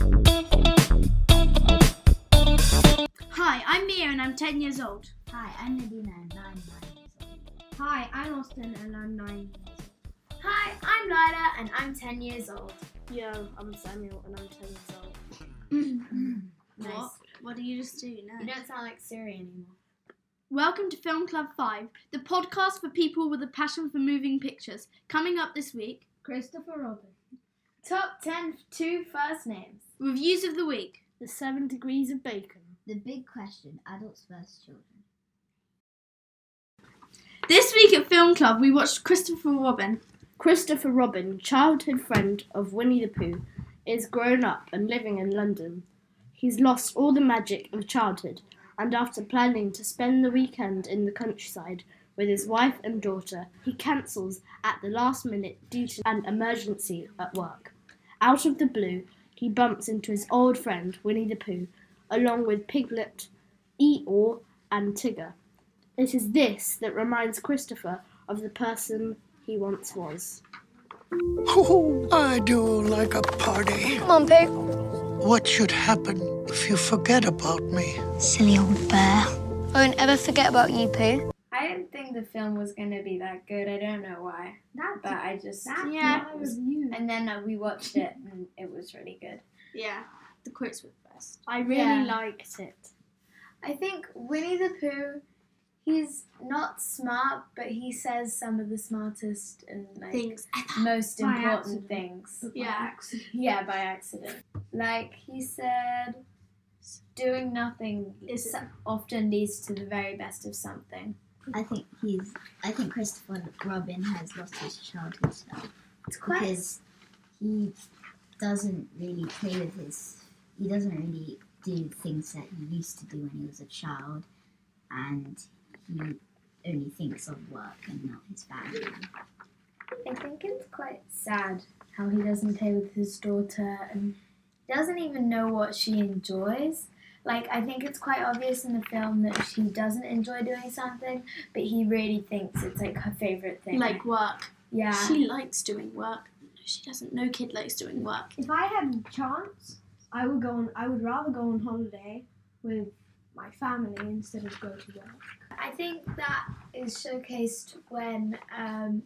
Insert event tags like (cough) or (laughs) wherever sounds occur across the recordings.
(clears throat) I'm Nadina and I'm nine years old. Hi, I'm Austin and I'm nine years Hi, I'm Lila and I'm 10 years (clears throat) old. old. Yo, I'm Samuel and I'm 10 years old. Nice. What? What do you just do You now? don't sound like Siri anymore. Welcome to Film Club 5, the podcast for people with a passion for moving pictures. Coming up this week, Christopher Robin. Top 10 two first names. reviews of the week. The Seven Degrees of Bacon. The big question adults versus children. This week at Film Club, we watched Christopher Robin. Christopher Robin, childhood friend of Winnie the Pooh, is grown up and living in London. He's lost all the magic of childhood, and after planning to spend the weekend in the countryside with his wife and daughter, he cancels at the last minute due to an emergency at work. Out of the blue, he bumps into his old friend Winnie the Pooh, along with Piglet, Eeyore, and Tigger. It is this that reminds Christopher of the person he once was. Oh, I do like a party. Come on, Pig. What should happen if you forget about me? Silly old bear. I won't ever forget about you, Pooh. I didn't think the film was going to be that good. I don't know why, That's but I just that's Yeah. not a review. and then uh, we watched it and it was really good. Yeah, the quotes were the best. I really Yeah. liked it. I think Winnie the Pooh, he's not smart, but he says some of the smartest and like Things. most By important things. Yeah. Yeah, by accident. Like he said, doing nothing Is so- often leads to the very best of something. I think he's. I think Christopher Robin has lost his childhood self It's quite because he doesn't really play with his. He doesn't really do things that he used to do when he was a child, and he only thinks of work and not his family. I think it's quite sad how he doesn't play with his daughter and doesn't even know what she enjoys. Like, I think it's quite obvious in the film that she doesn't enjoy doing something, but he really thinks it's like her favorite thing. Like work. yeah. She likes doing work. No, she doesn't. No kid likes doing work. if I had a chance, I would go on. I would rather go on holiday with my family instead of go to work. I think that is showcased when um,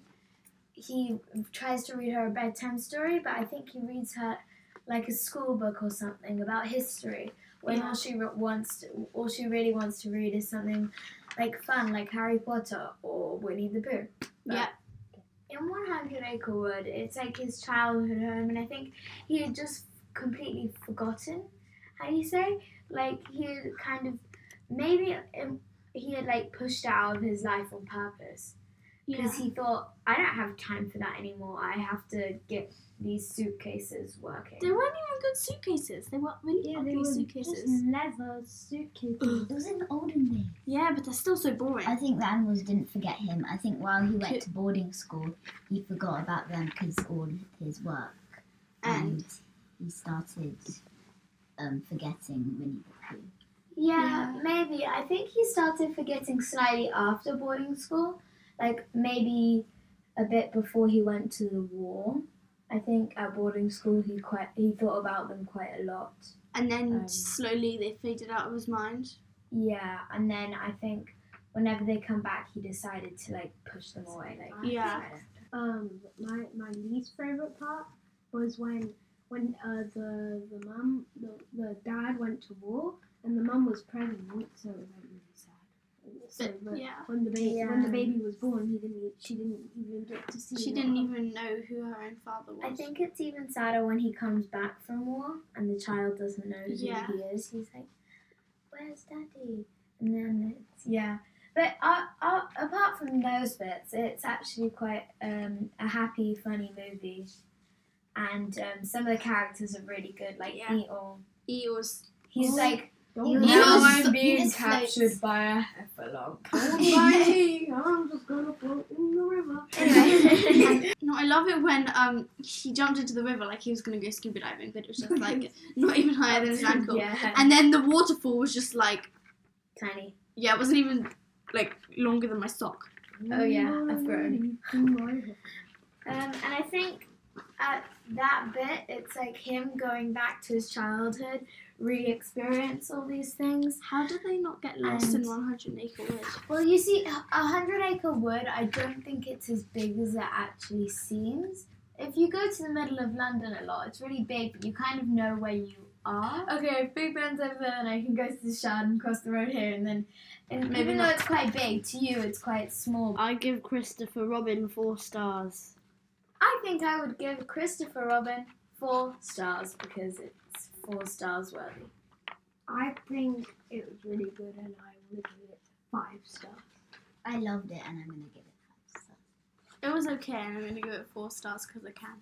he tries to read her a bedtime story, but I think he reads her like a school book or something about history. When all she re- wants, to, all she really wants to read is something like fun, like Harry Potter or Winnie the Pooh. But Yeah. In 100 Acre Wood, it's like his childhood home, and I think he had just completely forgotten. How do you say? Like he had kind of maybe um, he had like pushed out of his life on purpose because he thought I don't have time for that anymore. I have to get these suitcases working. They weren't even good suitcases. They were really ugly suitcases. leather suitcases. It was an olden day. Yeah, but they're still so boring. I think the animals didn't forget him. I think while he went to boarding school, he forgot about them because all his work, and he started um, forgetting Winnie the Pooh. Yeah, maybe. I think he started forgetting slightly after boarding school, like maybe a bit before he went to the war. I think at boarding school he quite he thought about them quite a lot. and then Um, slowly they faded out of his mind. Yeah, and then I think whenever they come back, he decided to like push them away. Like Yeah. Um, my my least favorite part was when when uh, the the mum the, the dad went to war and the mum was pregnant, so it was like really sad. So But, the- yeah. when the baby when the Yeah. baby was born, he didn't she didn't even get to see. She her. didn't even know who her own father was. I think it's even sadder when he comes back from war and the child doesn't know who Yeah. he is. He's like, "Where's Daddy?" And then it's yeah. But uh, uh, apart from those bits, it's actually quite um, a happy, funny movie, and um, some of the characters are really good. Like Yeah. Eeyore, (laughs) Eeyore's he's Oh. like Don't "Now Eeyore's- I'm being Eeyore's captured floats. by a heffalump. Bye. I'm just gonna float in the river. (laughs) Anyway. (laughs) No, I love it when um he jumped into the river like he was gonna go scuba diving, but it was just (laughs) like not even higher than his ankle. (laughs) yeah, And then the waterfall was just like tiny. yeah, it wasn't even like longer than my sock. Oh, yeah, I've (laughs) grown. grown. Um, and I think at that bit, it's like him going back to his childhood, really experience all these things. How did they not get lost And- in 100 Acre Wood? Well, you see, a hundred acre wood, I don't think it's as big as it actually seems. If you go to the middle of London a lot, it's really big, but you kind of know where you are. Okay, if Big Ben's over there, and I can go to the Shard and cross the road here, and then, and Maybe even not. though it's quite big to you, it's quite small. I give Christopher Robin four stars. I think I would give Christopher Robin four stars because it's four stars worthy. I think it was really good, and I would give it five stars. I loved it, and I'm gonna give it five stars. It was okay, and I'm going to give it four stars because I can.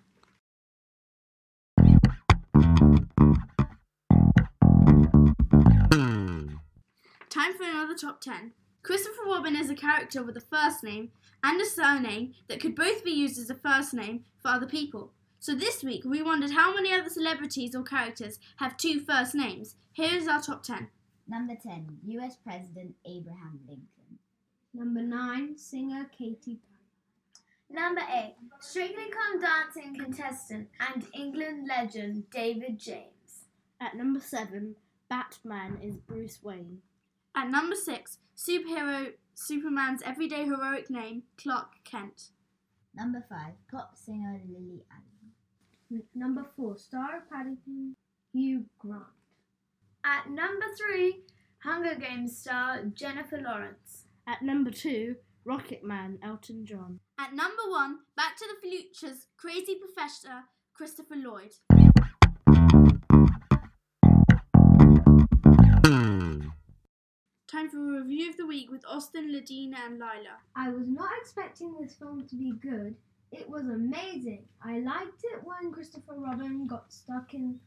Time for another top 10. Christopher Robin is a character with a first name and a surname that could both be used as a first name for other people. So this week we wondered how many other celebrities or characters have two first names. Here is our top 10. Number ten, U.S. President Abraham Lincoln. Number nine, singer Katy Perry. Number eight, Strictly Come Dancing contestant and England legend David James. At number seven, Batman is Bruce Wayne. At number 6, superhero Superman's everyday heroic name, Clark Kent. Number five, pop singer Lily Allen. N- Number four, star of Paddington, Hugh Grant. At number three, Hunger Games star Jennifer Lawrence. At number two, Rocket Man Elton John. At number one, Back to the Future's crazy professor, Christopher Lloyd. Time for a review of the week with Austin, Ladina, and Lila. I was not expecting this film to be good. It was amazing. I liked it when Christopher Robin got stuck in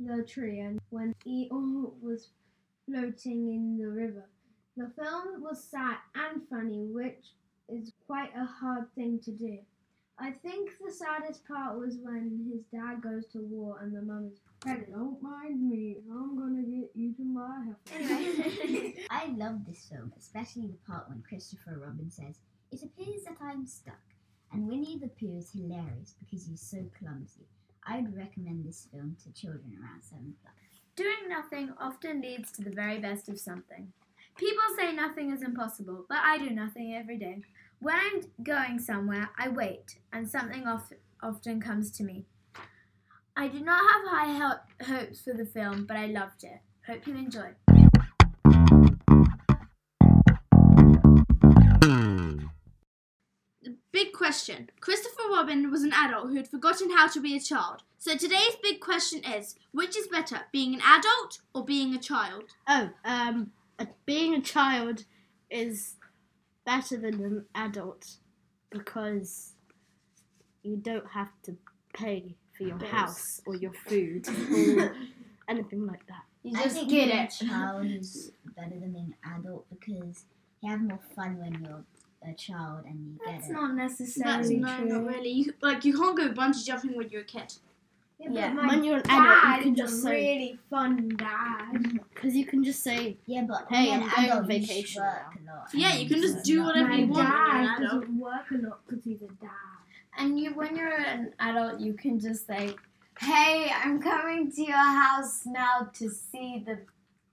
the tree and when he all was floating in the river. The film was sad and funny, which is quite a hard thing to do. I think the saddest part was when his dad goes to war and the mum is pregnant. Don't mind me, I'm gonna get you to my house. Anyway, I love this film, especially the part when Christopher Robin says, "It appears that I'm stuck," and Winnie the Pooh is hilarious because he's so clumsy. I'd recommend this film to children around seven plus. doing nothing often leads to the very best of something. People say nothing is impossible, but I do nothing every day. When I'm going somewhere, I wait, and something of- often comes to me. I did not have high ho- hopes for the film, but I loved it. Hope you enjoy. The big question Christopher Robin was an adult who had forgotten how to be a child. So today's big question is which is better, being an adult or being a child? Oh, um, uh, being a child is better than an adult because you don't have to pay for your house or your food or anything like that. You I just think get being (laughs) it. A child is better than being an adult because you have more fun when you're a child and you That's get not That's necessarily no, not really. You, like you can't go bungee jumping when you're a kid. Yeah, but Yeah. my when you're an adult, dad you can is a just say really fun dad. because you can just say it. Yeah, but Hey, when I'm an going on adult, you vacation work a lot. Yeah, you can and just it's do not- whatever My you want when you're an dad adult. doesn't work a lot because he's a dad. And you, when you're an adult, you can just like, hey, I'm coming to your house now to see the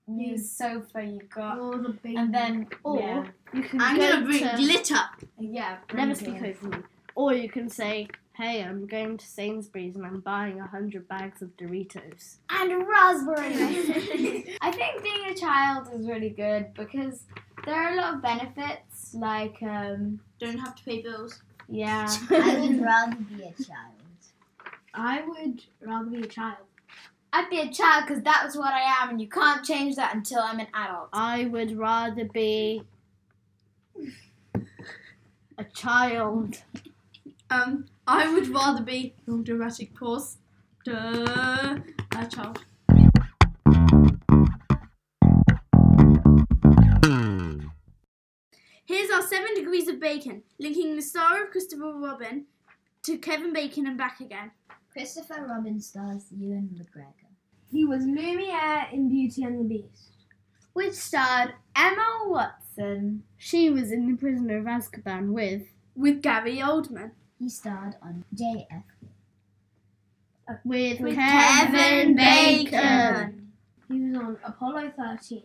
new Mm. sofa you got. Or the baby. And then, or Mm-hmm. yeah, you can I'm go gonna bring to- lit up. yeah bring never it speak in. over me. Or you can say, "Hey, I'm going to Sainsbury's and I'm buying a hundred bags of Doritos." and raspberry. (laughs) I think being a child is really good because there are a lot of benefits, like, um, Don't have to pay bills. (laughs) yeah. I would rather be a child. I would rather be a child. I'd be a child because that was what I am, and you can't change that until I'm an adult. I would rather be a child. Um, I would rather be long dramatic pause. Duh, a child. Here's our seven degrees of bacon, linking the star of Christopher Robin to Kevin Bacon and back again. Christopher Robin stars Ewan McGregor. He was Lumiere in Beauty and the Beast. Which starred Emma Watson. She was in the Prisoner of Azkaban with With Gary Oldman. He starred on JF. with, With Kevin, Bacon. He was on Apollo 13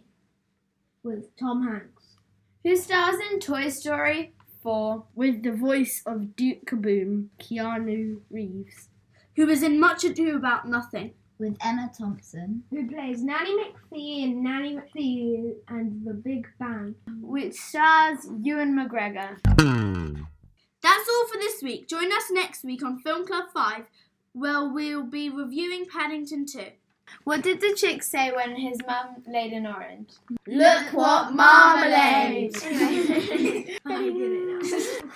with Tom Hanks. Who stars in Toy Story 4 with the voice of Duke Kaboom, Keanu Reeves? who was in Much Ado About Nothing. with Emma Thompson. Who plays Nanny McPhee in Nanny McPhee and the Big Bang? Which stars Ewan McGregor. That's all for this week. Join us next week on Film Club 5, where we'll be reviewing Paddington 2. What did the chick say when his mum laid an orange? Look what marmalade. marmalade! I get it now.